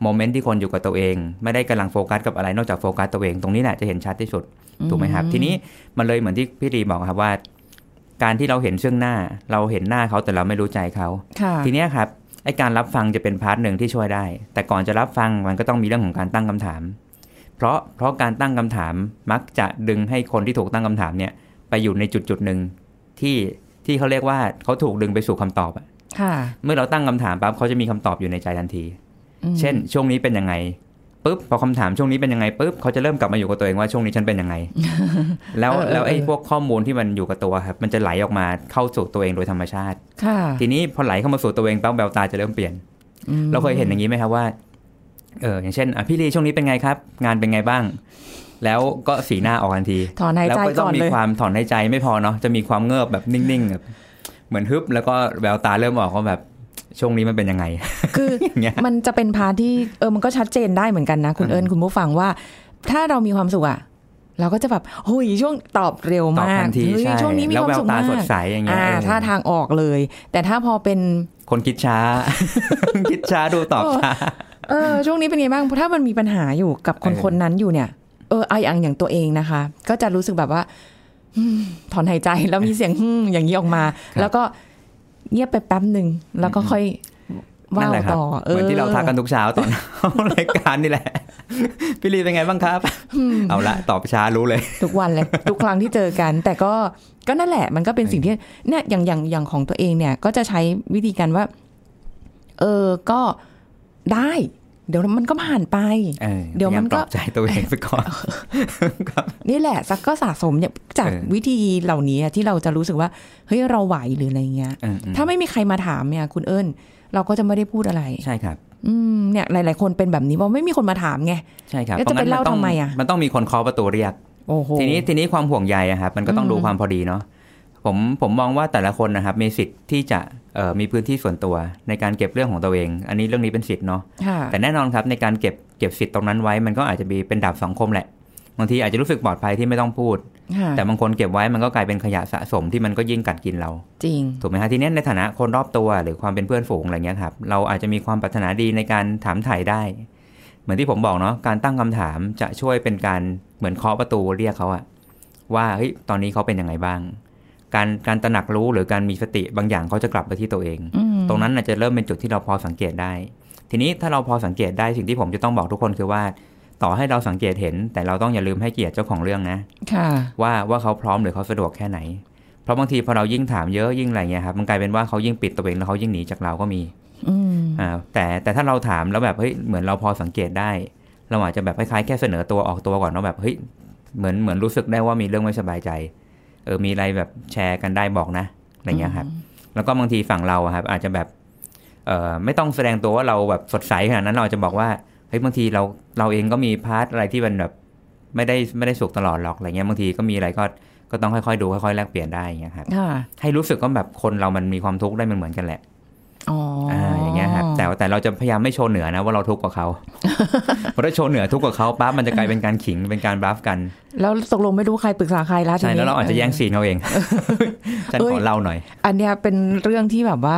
S2: โมเมนต์ที่คนอยู่กับตัวเอง ไม่ได้กำลังโฟกัสกับอะไรนอกจากโฟกัสตัวเองตรงนี้แหละจะเห็นชัดที่สุดถูกไหมครับ ทีนี้มันเลยเหมือนที่พี่รีบอกครับว่า การที่เราเห็นเชื่องหน้า เราเห็นหน้าเขาแต่เราไม่รู้ใจเขา
S4: ค่ะ
S2: ทีเนี้ยครับไอการรับฟังจะเป็นพาร์ทหนึ่งที่ช่วยได้ แต่ก่อนจะรับฟังมันก็ต้องมีเรื่องของการตั้งคำถาม เพราะเพราะการตั้งคำถามมักจะดึงให้คนที่ถูกตั้งคำถามเนี่ยไปอยู่ในจุดจุดๆหนึ่งที่ที่เขาเรียกว่าเขาถูกดึงไปสู่คำตอบอะ
S4: ค่ะ
S2: เมื่อเราตั้งคำถามปั๊บเขาจะมีคำตอบอยู่ในใจทันที
S4: อืม
S2: เช่น ช่วงนี้เป็นยังไงปุ๊บพอคำถามช่วงนี้เป็นยังไงปุ๊บเขาจะเริ่มกลับมาอยู่กับตัวเองว่าช่วงนี้ฉันเป็นยังไง แล้วแล้วไอ้พวกข้อมูลที่มันอยู่กับตัวครับมันจะไหลออกมาเข้าสู่ตัวเองโดยธรรมชาติ
S4: ค่ะ
S2: ทีนี้พอไหลเข้ามาสู่ตัวเองปั๊บแววตาจะเริ่มเปลี่ยน
S4: อืม
S2: เราเคยเห็นอย่างนี้ไหมครับว่า เอออย่างเช่นอ่ะพี่ลีช่วงนี้เป็นไงครับ งานเป็นไงบ้าง แล้วก็สีหน้าออกทันที
S4: ถอนหาย
S2: แล้ว
S4: ใจ
S2: ก็ต้
S4: ก่
S2: อ
S4: องน
S2: มี
S4: เลย
S2: ความถอนหายใจไม่พอเนาะจะมีความเงือบแบบนิ่งๆแบบเหมือนฮึบแล้วก็แววตาเริ่มออกว่าแบบช่วงนี้มันเป็นยังไง
S4: คือ
S2: อย่างเงี้ย
S4: มันจะเป็นพาร์ทที่เออมันก็ชัดเจนได้เหมือนกันนะ คุณเอิญคุณผู้ฟังว่า ถ้าเรามีความสุขอะเราก็จะแบบหุยช่วงตอบเร็ว
S2: ตอบ
S4: มา
S2: ทั
S4: ก
S2: นที
S4: เฮ้ย
S2: ใช่
S4: ช่วงนี้มี
S2: แล้ว
S4: ความสุ
S2: แววตาม
S4: ขาก
S2: สดใสอย่างเงี้ย
S4: อ่า
S2: เออ
S4: ท่าทางออกเลย แต่ถ้าพอเป็น
S2: คนคิดช้า คิดช้าดูตอบช้า
S4: เออช่วงนี้เป็นไงบ้างถ้ามันมีปัญหาอยู่กับคน
S2: เออ
S4: คนนั้นอยู่เนี่ย เออไอาอย่างอย่างตัวเองนะคะ ก็จะรู้สึกแบบว่าอืมถอนหายใจแล้วมีเสียง อืมอย่างนี้ออกมา แล้วก็เงียบไปแป๊บหนึ่งแล้วก็ค่อย
S2: นั่
S4: ว่าน
S2: แหละ
S4: ว
S2: ครับ
S4: ต่อ
S2: เหมือนที่เราทักกันทุกเช้าตอน รายการนี่แหละ พี่ลีเป็นไงบ้างครับ เอาละตอบช้ารู้เลย
S4: ทุกวัน เลย ทุกครั้งที่เจอกัน แต่ก็ก็นั่นแหละ มันก็เป็นสิ่งที่เนี่ยอย่างอย่างอย่างของตัวเองเนี่ย ก็จะใช้วิธีการว่า เออก็ได้ เดี๋ยวมันก็ผ่านไป
S2: ออ
S4: เดี๋ยวมันก็
S2: พาาปลอบใจตัวเองไปก่อน ครับ
S4: นี่แหละสักก็สะสมเนี่ยจาก
S2: เออ
S4: วิธีเหล่านี้อะที่เราจะรู้สึกว่าเฮ้ยเราไหวหรืออะไรเงี้ย
S2: เออ
S4: ถ้าไม่มีใครมาถามเนี่ย คุณเอิญเราก็จะไม่ได้พูดอะไร
S2: ใช่ครับ
S4: อืมเนี่ยหลาย ๆ คนเป็นแบบนี้ว่าไม่มีคนมาถามไง
S2: ใช่ครับ
S4: แล้วจะ
S2: พร
S4: ไป
S2: งั้น
S4: เล่าน
S2: ต้ง
S4: ทำไมอะ
S2: มันต้องมีคนเคาะประตูเรียก
S4: โอ้โห
S2: ทีนี้ทีนี้ความห่วงใยอะครับมันก็ต้อง
S4: อืม
S2: ดูความพอดีเนาะผมผมมองว่าแต่ละคนนะครับมีสิทธิ์ที่จะเอ่อมีพื้นที่ส่วนตัวในการเก็บเรื่องของตัวเอง อันนี้เรื่องนี้เป็นสิทธิ์เนาะ
S4: ค่ะ
S2: แต่แน่นอนครับในการเก็บเก็บสิทธิ์ตรงนั้นไว้มันก็อาจจะมีเป็นดาบสองคมแหละบางทีอาจจะรู้สึกปลอดภัยที่ไม่ต้องพูด
S4: ค่ะ
S2: แต่บางคนเก็บไว้มันก็กลายเป็นขยะสะสมที่มันก็ยิ่งกัดกินเรา
S4: จริง
S2: ถูกไหมฮะทีเนี้ยในฐานะคนรอบตัวหรือความเป็นเพื่อนฝูงอะไรเงี้ยครับเราอาจจะมีความปรารถนาดีในการถามถ่ายได้ เหมือนที่ผมบอกเนาะการตั้งคำถามจะช่วยเป็นการเหมือนเคาะประตูเรียกเขาอะว่าเฮ้ยตอนนี้เขาเป็นยังไงบ้าง การการตระหนักรู้หรือการมีสติบางอย่างเขาจะกลับมาที่ตัวเอง
S4: อืม
S2: ตรงนั้นอาจจะเริ่มเป็นจุดที่เราพอสังเกตได้ ทีนี้ถ้าเราพอสังเกตได้สิ่งที่ผมจะต้องบอกทุกคนคือว่า ต่อให้เราสังเกตเห็น แต่เราต้องอย่าลืมให้เกียรติเจ้าของเรื่องนะ
S4: ค่ะ
S2: ว่าว่าเขาพร้อมหรือเขาสะดวกแค่ไหน เพราะบางทีพอเรายิ่งถามเยอะยิ่งอะไรเงี้ยครับมันกลายเป็นว่าเขายิ่งปิดตัวเองแล้วเขายิ่งหนีจากเราก็มี
S4: อืม
S2: อ่าแต่แต่ถ้าเราถามแล้วแบบเฮ้ยเหมือนเราพอสังเกตได้ เราอาจจะแบบคล้ายๆแค่เสนอตัวออกตัวก่อนว่าแบบเฮ้ยเหมือนเหมือนรู้สึกได้ว่ามีเรื่องไม่สบายใจเออมีอะไรแบบแชร์กันได้บอกนะอะไรเงี้ยครับแล้วก็บางทีฝั่งเราอะครับอาจจะแบบเออไม่ต้องแสดงตัวว่าเราแบบสดใสขนาดนั้นเราอาจจะบอกว่าเฮ้ยบางทีเราเราเองก็มีพาร์ทอะไรที่มันแบบ ไม่ได้ไม่ได้สุขตลอดหรอกอะไรเงี้ยบางทีก็มีอะไรก็ก็ต้องค่อยๆดูค่อยๆแลกเปลี่ยนได้อย่างเงี้ยครับ
S4: ค่ะ
S2: ให้รู้สึกว่าแบบคนเรามันมีความทุกข์ได้มันเหมือนกันแหละ
S4: อ๋ออ
S2: อ่าอย่างเงี้ยครับแต่ว่าแต่เราจะพยายามไม่โชว์เหนือนะว่าเราทุกข์กว่า เขา เพราะถ้าโชว์เหนือทุกข์กว่าเขาปั๊บมันจะกลายเป็นการขิงเป็นการบลัฟกัน
S4: แล้วตกลงไม่รู้ใครปรึกษาใครแล้วที
S2: ใช่
S4: นี้
S2: แล้วเราอาจจะแย่งซีนเขาเอง ฉัน
S4: เอ้ย
S2: ขอเล่าหน่อย
S4: อันเนี้ยเป็นเรื่องที่แบบว่า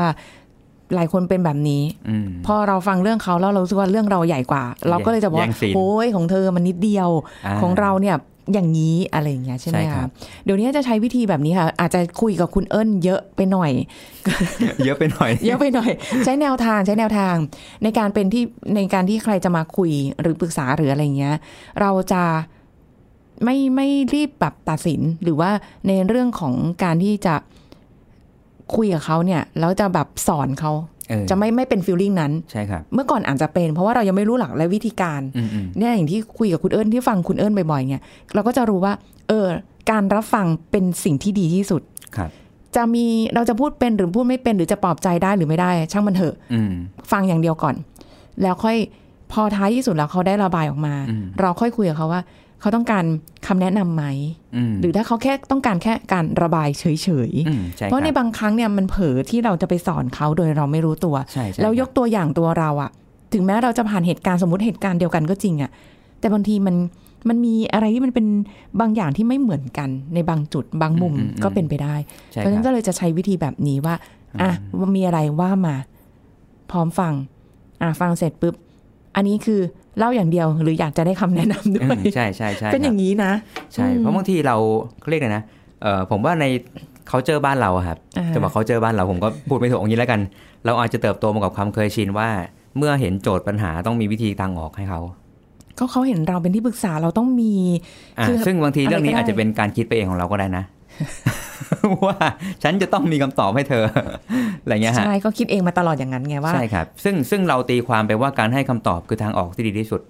S4: หลายคนเป็นแบบนี้
S2: อืม
S4: พอเราฟังเรื่องเขาแล้วเรารู้สึกว่าเรื่องเราใหญ่กว่า เราก็เลยจะบอกว่า
S2: แย่งซีน
S4: โอ้ยของเธอมันนิดเดียว
S2: อ่
S4: ของเราเนี่ยอย่างนี้อะไรอย่างเงี้ยใช่ไหม
S2: ใช่ครั
S4: คะ
S2: บ
S4: เดี๋ยวนี้จะใช้วิธีแบบนี้ค่ะ อาจจะคุยกับคุณเอิญเยอะไปหน่อย
S2: เยอะไปหน่อย
S4: เยอะไปหน่อย ใช้แนวทางใช้แนวทาง ในการเป็นที่ในการที่ใครจะมาคุยหรือปรึกษาหรืออะไรเงี้ย เราจะไม่ไม่รีบแบบตัดสินหรือว่าในเรื่องของการที่จะคุยกับเขาเนี่ยแล้วจะแบบสอนเขา
S2: เออ
S4: จะไม่ไม่เป็นฟีลลิ่งนั้น
S2: ใช่ครับ
S4: เมื่อก่อนอาจจะเป็น เพราะว่าเรายังไม่รู้หลักและวิธีการ
S2: อืมอืม
S4: เนี่ยอย่างที่คุยกับคุณเอิญที่ฟังคุณเอิญบ่อยๆเนี่ยเราก็จะรู้ว่า เออ การรับฟังเป็นสิ่งที่ดีที่สุด
S2: ครับ
S4: จะมีเราจะพูดเป็นหรือพูดไม่เป็นหรือจะปลอบใจได้หรือไม่ได้ ช่างมันเถอะ
S2: อืม
S4: ฟังอย่างเดียวก่อน แล้วค่อยพอท้ายที่สุดแล้วเขาได้ระบายออกมา
S2: อืม
S4: เราค่อยคุยกับเขาว่า เขาต้องการคำแนะนำไหม
S2: อืม
S4: หรือถ้าเขาแค่ต้องการแค่การระบายเฉย
S2: อืมใช่ค
S4: ๆเพ
S2: รับ
S4: ราะในบางครั้งเนี่ยมันเผลอที่เราจะไปสอนเขาโดยเราไม่รู้ตัว
S2: ใช่ใช่
S4: แล้วยกตัวอย่างตัวเราอะถึงแม้เราจะผ่านเหตุการณ์สมมติเหตุการณ์เดียวกันก็จริงอะแต่บางทีมันมันมีอะไรที่มันเป็นบางอย่างที่ไม่เหมือนกันในบางจุดบางมุมก็เป็นไปได้
S2: ใช่ค
S4: เพราะฉะนั้น
S2: รับ
S4: ก็เลยจะใช้วิธีแบบนี้ว่า อ่ะว่ามีอะไรว่ามา พร้อมฟัง อ่ะฟังเสร็จปุ๊บ อันนี้คือเล่าอย่างเดียวหรืออยากจะได้คำแนะนำด้
S2: อื
S4: วย
S2: มใช่ใช่ใช่
S4: เป็น
S2: ครับ
S4: อย่างนี้นะ
S2: ใช่
S4: อืม
S2: เพราะบางทีเราเขาเรียกไงนะเออผมว่าในเขาเจอบ้านเราอะครับ
S4: อ่า
S2: จะบอกเขาเจอบ้านเราผมก็พูดไม่ถูกอย่างนี้แล้วกัน เราอาจจะเติบโตมากับความเคยชินว่า เมื่อเห็นโจทย์ปัญหาต้องมีวิธีทางออกให้เขา
S4: ก็เขาเห็นเราเป็นที่ปรึกษาเราต้องมี
S2: อ่า
S4: คือ
S2: ซึ่งบางที
S4: อะไร
S2: เรื่องนี้
S4: ก็ได้
S2: อาจจะเป็นการคิดไปเองของเราก็ได้นะ ว่าฉันจะต้องมีคำตอบให้เธอ อะไรเงี้ยฮะ
S4: ใช่ก็คิดเองมาตลอดอย่างนั้นไงว่า
S2: ใช่ครับ ซึ่งซึ่งเราตีความไปว่าการให้คำตอบคือทางออกที่ดีที่สุด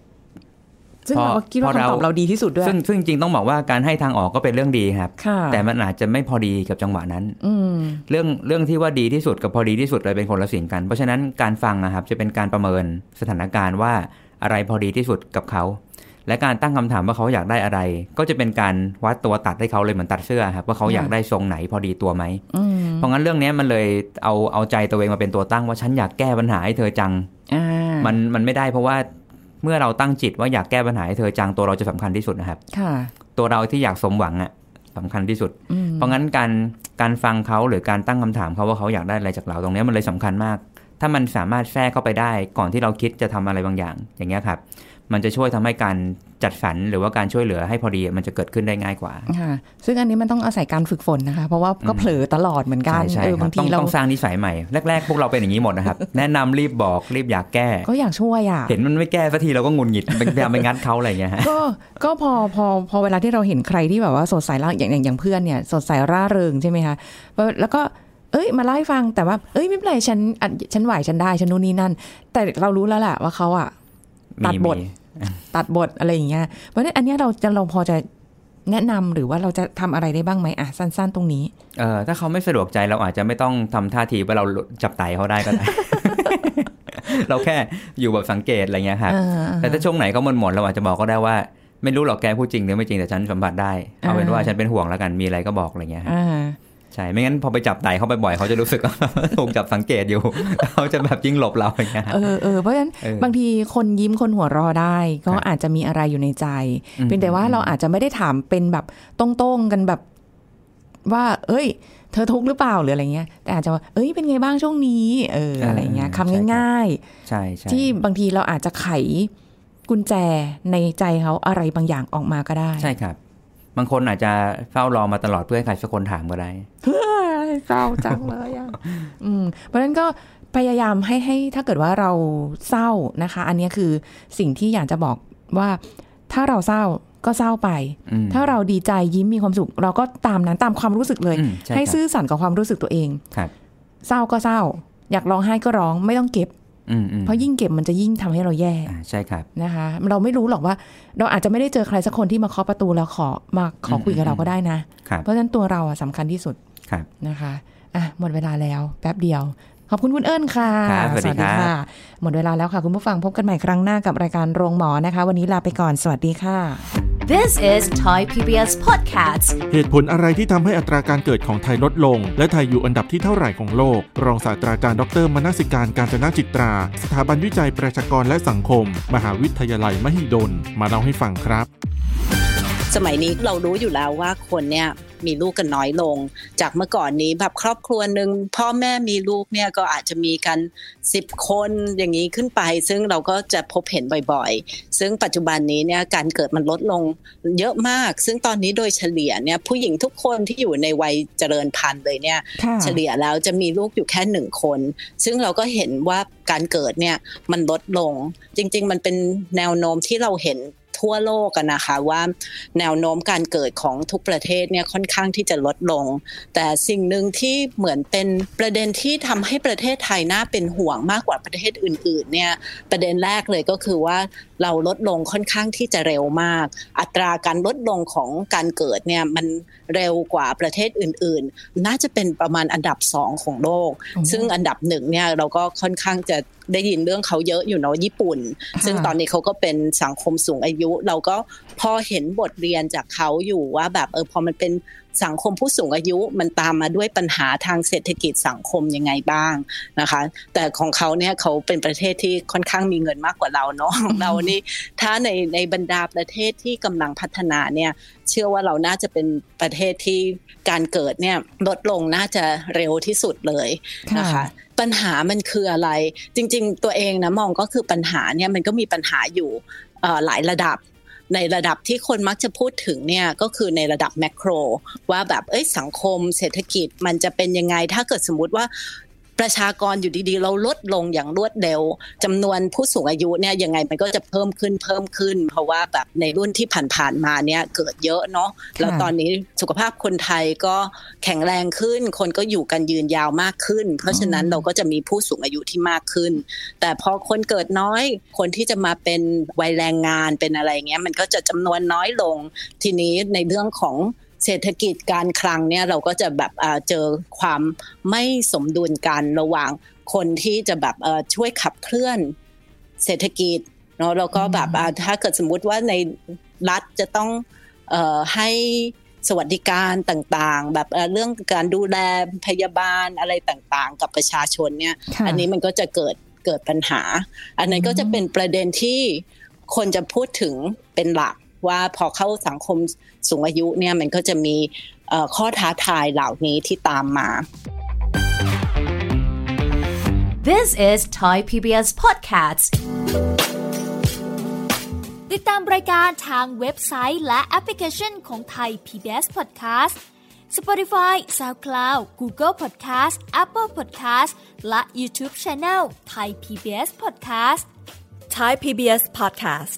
S4: ซึ่ง
S2: พอ
S4: เราก็คิดว่า
S2: พอเรา
S4: คำตอบเราดีที่สุดด้วย
S2: ซึ่งซึ่งจริงต้องบอกว่าการให้ทางออกก็เป็นเรื่องดีครับ
S4: ค่ะ
S2: แต่มันอาจจะไม่พอดีกับจังหวะนั้น
S4: อืม
S2: เรื่องเรื่องที่ว่าดีที่สุดกับพอดีที่สุดเลยเป็นคนละสิ่งกัน เพราะฉะนั้นการฟังนะครับจะเป็นการประเมินสถานการณ์ว่าอะไรพอดีที่สุดกับเขา และการตั้งคำถามว่าเขาอยากได้อะไร ก็จะเป็นการวัดตัวตัดให้เขาเลยเหมือนตัดเสื้อครับว่าเขาอยาก
S4: ค่ะ
S2: ได้ทรงไหนพอดีตัวไหม
S4: อืม
S2: เพราะงั้นเรื่องเนี้ยมันเลยเอาเอาใจตัวเองมาเป็นตัวตั้งว่าฉันอยากแก้ปัญหาให้เธอจัง
S4: อ่า
S2: มันมันไม่ได้เพราะว่าเมื่อเราตั้งจิตว่าอยากแก้ปัญหาให้เธอจังตัวเราจะสำคัญที่สุดนะครับ
S4: ค่ะ
S2: ตัวเราที่อยากสมหวังอะสำคัญที่สุด
S4: อืม
S2: เพราะงั้นการการฟังเขาหรือการตั้งคำถามเขาว่าเขาอยากได้อะไรจากเราตรงเนี้ยมันเลยสำคัญมาก ถ้ามันสามารถแทรกเข้าไปได้ ก่อนที่เราคิดจะทำอะไรบางอย่าง อย่างเงี้ยครับ มันจะช่วยทำให้การจัดสรรหรือว่าการช่วยเหลือให้พอดีมันจะเกิดขึ้นได้ง่ายกว่า
S4: ค่ะ ซึ่งอันนี้มันต้องอาศัยการฝึกฝนนะคะ เพราะว่าก็เผลอตลอดเหมือนกัน
S2: ใช่ใช่
S4: เอ
S2: ครับ
S4: อา
S2: บ
S4: ง
S2: ต้
S4: ที
S2: อง
S4: เรา
S2: ต้องสร้างนิสัยใหม่แรกๆพวกเราเป็นอย่างนี้หมดนะครับ แนะนำรีบบอกรีบอยากแก้
S4: ก็อยากช่วยอ่ะ
S2: เห็นมันไม่แก้สักทีเราก็หงุนหงิดพยายามไปงัดเขาอะไรอย่างเงี้ยฮะ
S4: ก็ก็พอพอพอเวลาที่เราเห็นใครที่แบบว่าสดใสร่าอย่างอย่างอย่างเพื่อนเนี่ย สดใสร่าเริงใช่ไหมคะแล้วแล้วก็ เอ้ย มาเล่าให้ฟังแต่ว่า เอ้ยไม่เป็นไรฉันอ่ะฉันไหวฉันได้ฉันนู่นนี่นั่น แต่เรารู้แล้วแหละว่าเขาอ่ะ ตัดบท
S2: มี
S4: ตัดบทอะไรอย่างเงี้ยเพราะฉะนั้นอันเนี้ยเราจะเราพอจะแนะนำหรือว่าเราจะทำอะไรได้บ้างไหมอ่ะสั้น ๆ ตรงนี้
S2: เอ่อถ้าเขาไม่สะดวกใจเราอาจจะไม่ต้องทำท่าทีว่าเราจับไตเขาได้ก็ได้ เราแค่อยู่แบบสังเกตอะไรเงี้ยครับ
S4: เออเออ
S2: แต่ถ้าช่วงไหนเขาหมดๆเราอาจจะบอกก็ได้ว่า ไม่รู้หรอกแกพูดจริงหรือไม่จริงแต่ฉันสัมผัสได้เอาเป็นว่าฉันเป็นห่วงแล้วกันมีอะไรก็บอกอะไรเงี้ยฮะ
S4: อ่า
S2: ใช่ ไม่งั้นพอไปจับไตเขาบ่อยๆเขาจะรู้สึกว่า ถูกจับสังเกตอยู่ เขาจะแบบยิ่งหลบเราอย่างเงี้ย
S4: เออเออเพราะฉะนั้น
S2: เออบ
S4: างทีคนยิ้มคนหัวเรอได้ ก็
S2: ครับ
S4: อาจจะมีอะไรอยู่ในใจ
S2: อืม
S4: เป็นแต่ว่า
S2: อืม
S4: เราอาจจะไม่ได้ถามเป็นแบบตรงๆกันแบบ ว่า เอ้ย เธอทุกข์หรือเปล่าหรืออะไรเงี้ย แต่อาจจะว่าเอ้ยเป็นไงบ้างช่วงนี้เอออะไรเงี้ยคำง่าย
S2: ใช่ใช่
S4: ๆ ที่บางทีเราอาจจะไขกุญแจในใจเขาอะไรบางอย่างออกมาก็ได้
S2: ใช่ครับ บางคนอาจจะเฝ้ารอมาตลอดเพื่อให้ใครสักคนถามก็ได้
S4: เศร้าจังเลยอ่ะ อืมเพราะฉะนั้นก็พยายามให้ให้ถ้าเกิดว่าเราเศร้านะคะ อันเนี้ยคือสิ่งที่อยากจะบอกว่า ถ้าเราเศร้าก็เศร้าไป
S2: อืม
S4: ถ้าเราดีใจยิ้มมีความสุข เราก็ตามนั้นตามความรู้สึกเลย
S2: อืมใช่
S4: ให้
S2: ครับ
S4: ซื่อสัตย์กับความรู้สึกตัวเอง
S2: ครับ
S4: เศร้าก็เศร้า อยากร้องไห้ก็ร้องไม่ต้องเก็บ
S2: อืมอืม
S4: เพราะยิ่งเก็บมันจะยิ่งทำให้เราแย่
S2: อ่าใช่ครับ
S4: นะคะ เราไม่รู้หรอกว่า เราอาจจะไม่ได้เจอใครสักคนที่มาเคาะประตูแล้วขอมาขอคุยกับเราก็ได้นะ
S2: ครับ
S4: เพราะฉะนั้นตัวเราอะสำคัญที่สุด
S2: ครับ
S4: นะคะอ่ะหมดเวลาแล้วแป๊บเดียว ขอบคุณคุณเอิญค่ะ
S2: ครับสวัสดีครับ
S4: หมดเวลาแล้วค่ะ คุณผู้ฟังพบกันใหม่ครั้งหน้ากับรายการโรงหมอนะคะ วันนี้ลาไปก่อนสวัสดีค่ะ
S1: This is Thai PBS Podcasts.
S5: เหตุผลอะไรที่ทำให้อัตราการเกิดของไทยลดลง และไทยอยู่อันดับที่เท่าไหร่ของโลก รองศาสตราจารย์ดรมนสิการการจนาจิตรา สถาบันวิจัยประชากรและสังคม มหาวิทยาลัยมหิดล มาเล่าให้ฟังครับ
S6: สมัยนี้เรารู้อยู่แล้วว่าคนเนี่ยมีลูกกันน้อยลง จากเมื่อก่อนนี้แบบครอบครัวหนึ่งพ่อแม่มีลูกเนี่ยก็อาจจะมีกัน 10 คนอย่างนี้ขึ้นไป ซึ่งเราก็จะพบเห็นบ่อยๆ ซึ่งปัจจุบันนี้เนี่ยการเกิดมันลดลงเยอะมาก ซึ่งตอนนี้โดยเฉลี่ยเนี่ยผู้หญิงทุกคนที่อยู่ในวัยเจริญพันธุ์เลยเนี่ย
S4: ค่ะ
S6: เฉลี่ยแล้วจะมีลูกอยู่แค่หนึ่งคน ซึ่งเราก็เห็นว่าการเกิดเนี่ยมันลดลง จริง ๆ มันเป็นแนวโน้มที่เราเห็นทั่วโลกกันนะคะว่าแนวโน้มการเกิดของทุกประเทศเนี่ยค่อนข้างที่จะลดลง แต่สิ่งหนึ่งที่เหมือนเป็นประเด็นที่ทำให้ประเทศไทยน่าเป็นห่วงมากกว่าประเทศอื่นๆเนี่ยประเด็นแรกเลยก็คือว่าเราลดลงค่อนข้างที่จะเร็วมาก อัตราการลดลงของการเกิดเนี่ยมันเร็วกว่าประเทศอื่น ๆ น่าจะเป็นประมาณอันดับสองของโลก
S4: โอ้
S6: ซึ่งอันดับหนึ่งเนี่ยเราก็ค่อนข้างจะได้ยินเรื่องเขาเยอะอยู่เนาะญี่ปุ่น ซึ่งตอนนี้เขาก็เป็นสังคมสูงอายุ เราก็พอเห็นบทเรียนจากเขาอยู่ว่าแบบเออพอมันเป็นสังคมผู้สูงอายุมันตามมาด้วยปัญหาทางเศรษฐกิจสังคมยังไงบ้างนะคะ แต่ของเขาเนี่ยเขาเป็นประเทศที่ค่อนข้างมีเงินมากกว่าเราเนาะ ของเรานี่ถ้าในในบรรดาประเทศที่กำลังพัฒนาเนี่ยเชื่อว่าเราน่าจะเป็นประเทศที่การเกิดเนี่ยลดลงน่าจะเร็วที่สุดเลย นะคะปัญหามันคืออะไร จริง ๆ ตัวเองนะมองก็คือปัญหาเนี่ยมันก็มีปัญหาอยู่เอ่อหลายระดับ ในระดับที่คนมักจะพูดถึงเนี่ยก็คือในระดับแมกโรว่าแบบเอ้ยสังคมเศรษฐกิจมันจะเป็นยังไง ถ้าเกิดสมมติว่าประชากรอยู่ดีๆ เราลดลงอย่างรวดเร็วจำนวนผู้สูงอายุเนี่ยยังไงมันก็จะเพิ่มขึ้นเพิ่มขึ้น เพราะว่าแบบในรุ่นที่ผ่านๆมาเนี่ยเกิดเยอะเนาะแล้วตอน ตอนนี้สุขภาพคนไทยก็แข็งแรงขึ้น คนก็อยู่กันยืนยาวมากขึ้น เพราะฉะนั้นเราก็จะมีผู้สูงอายุที่มากขึ้น แต่พอคนเกิดน้อย คนที่จะมาเป็นวัยแรงงานเป็นอะไรเงี้ยมันก็จะจำนวนน้อยลง ทีนี้ในเรื่องของเศรษฐกิจการคลังเนี่ยเราก็จะแบบเอ่อเจอความไม่สมดุลกันระหว่างคนที่จะแบบเอ่อช่วยขับเคลื่อนเศรษฐกิจเนาะแล้วก็แบบอ่ะถ้าเกิดสมมุติว่าในรัฐจะต้อง เอ่อให้สวัสดิการต่างๆ แบบเอ่อเรื่องการดูแลพยาบาลอะไรต่างๆ กับประชาชนเนี่ย
S4: ค่ะ
S6: อันนี้มันก็จะเกิดเกิดปัญหา อันนั้นก็จะเป็นประเด็นที่คนจะพูดถึงเป็นหลักว่าพอเข้าสังคมสูงอายุเนี่ยมันก็จะมีเอ่อข้อท้าทายเหล่านี้ที่ตามมา
S1: This is Thai PBS Podcasts.
S7: ติดตามรายการทางเว็บไซต์และแอปพลิเคชันของไทย PBS Podcast Spotify SoundCloud Google Podcast Apple Podcast และ YouTube Channel Thai PBS Podcast
S8: Thai PBS Podcast.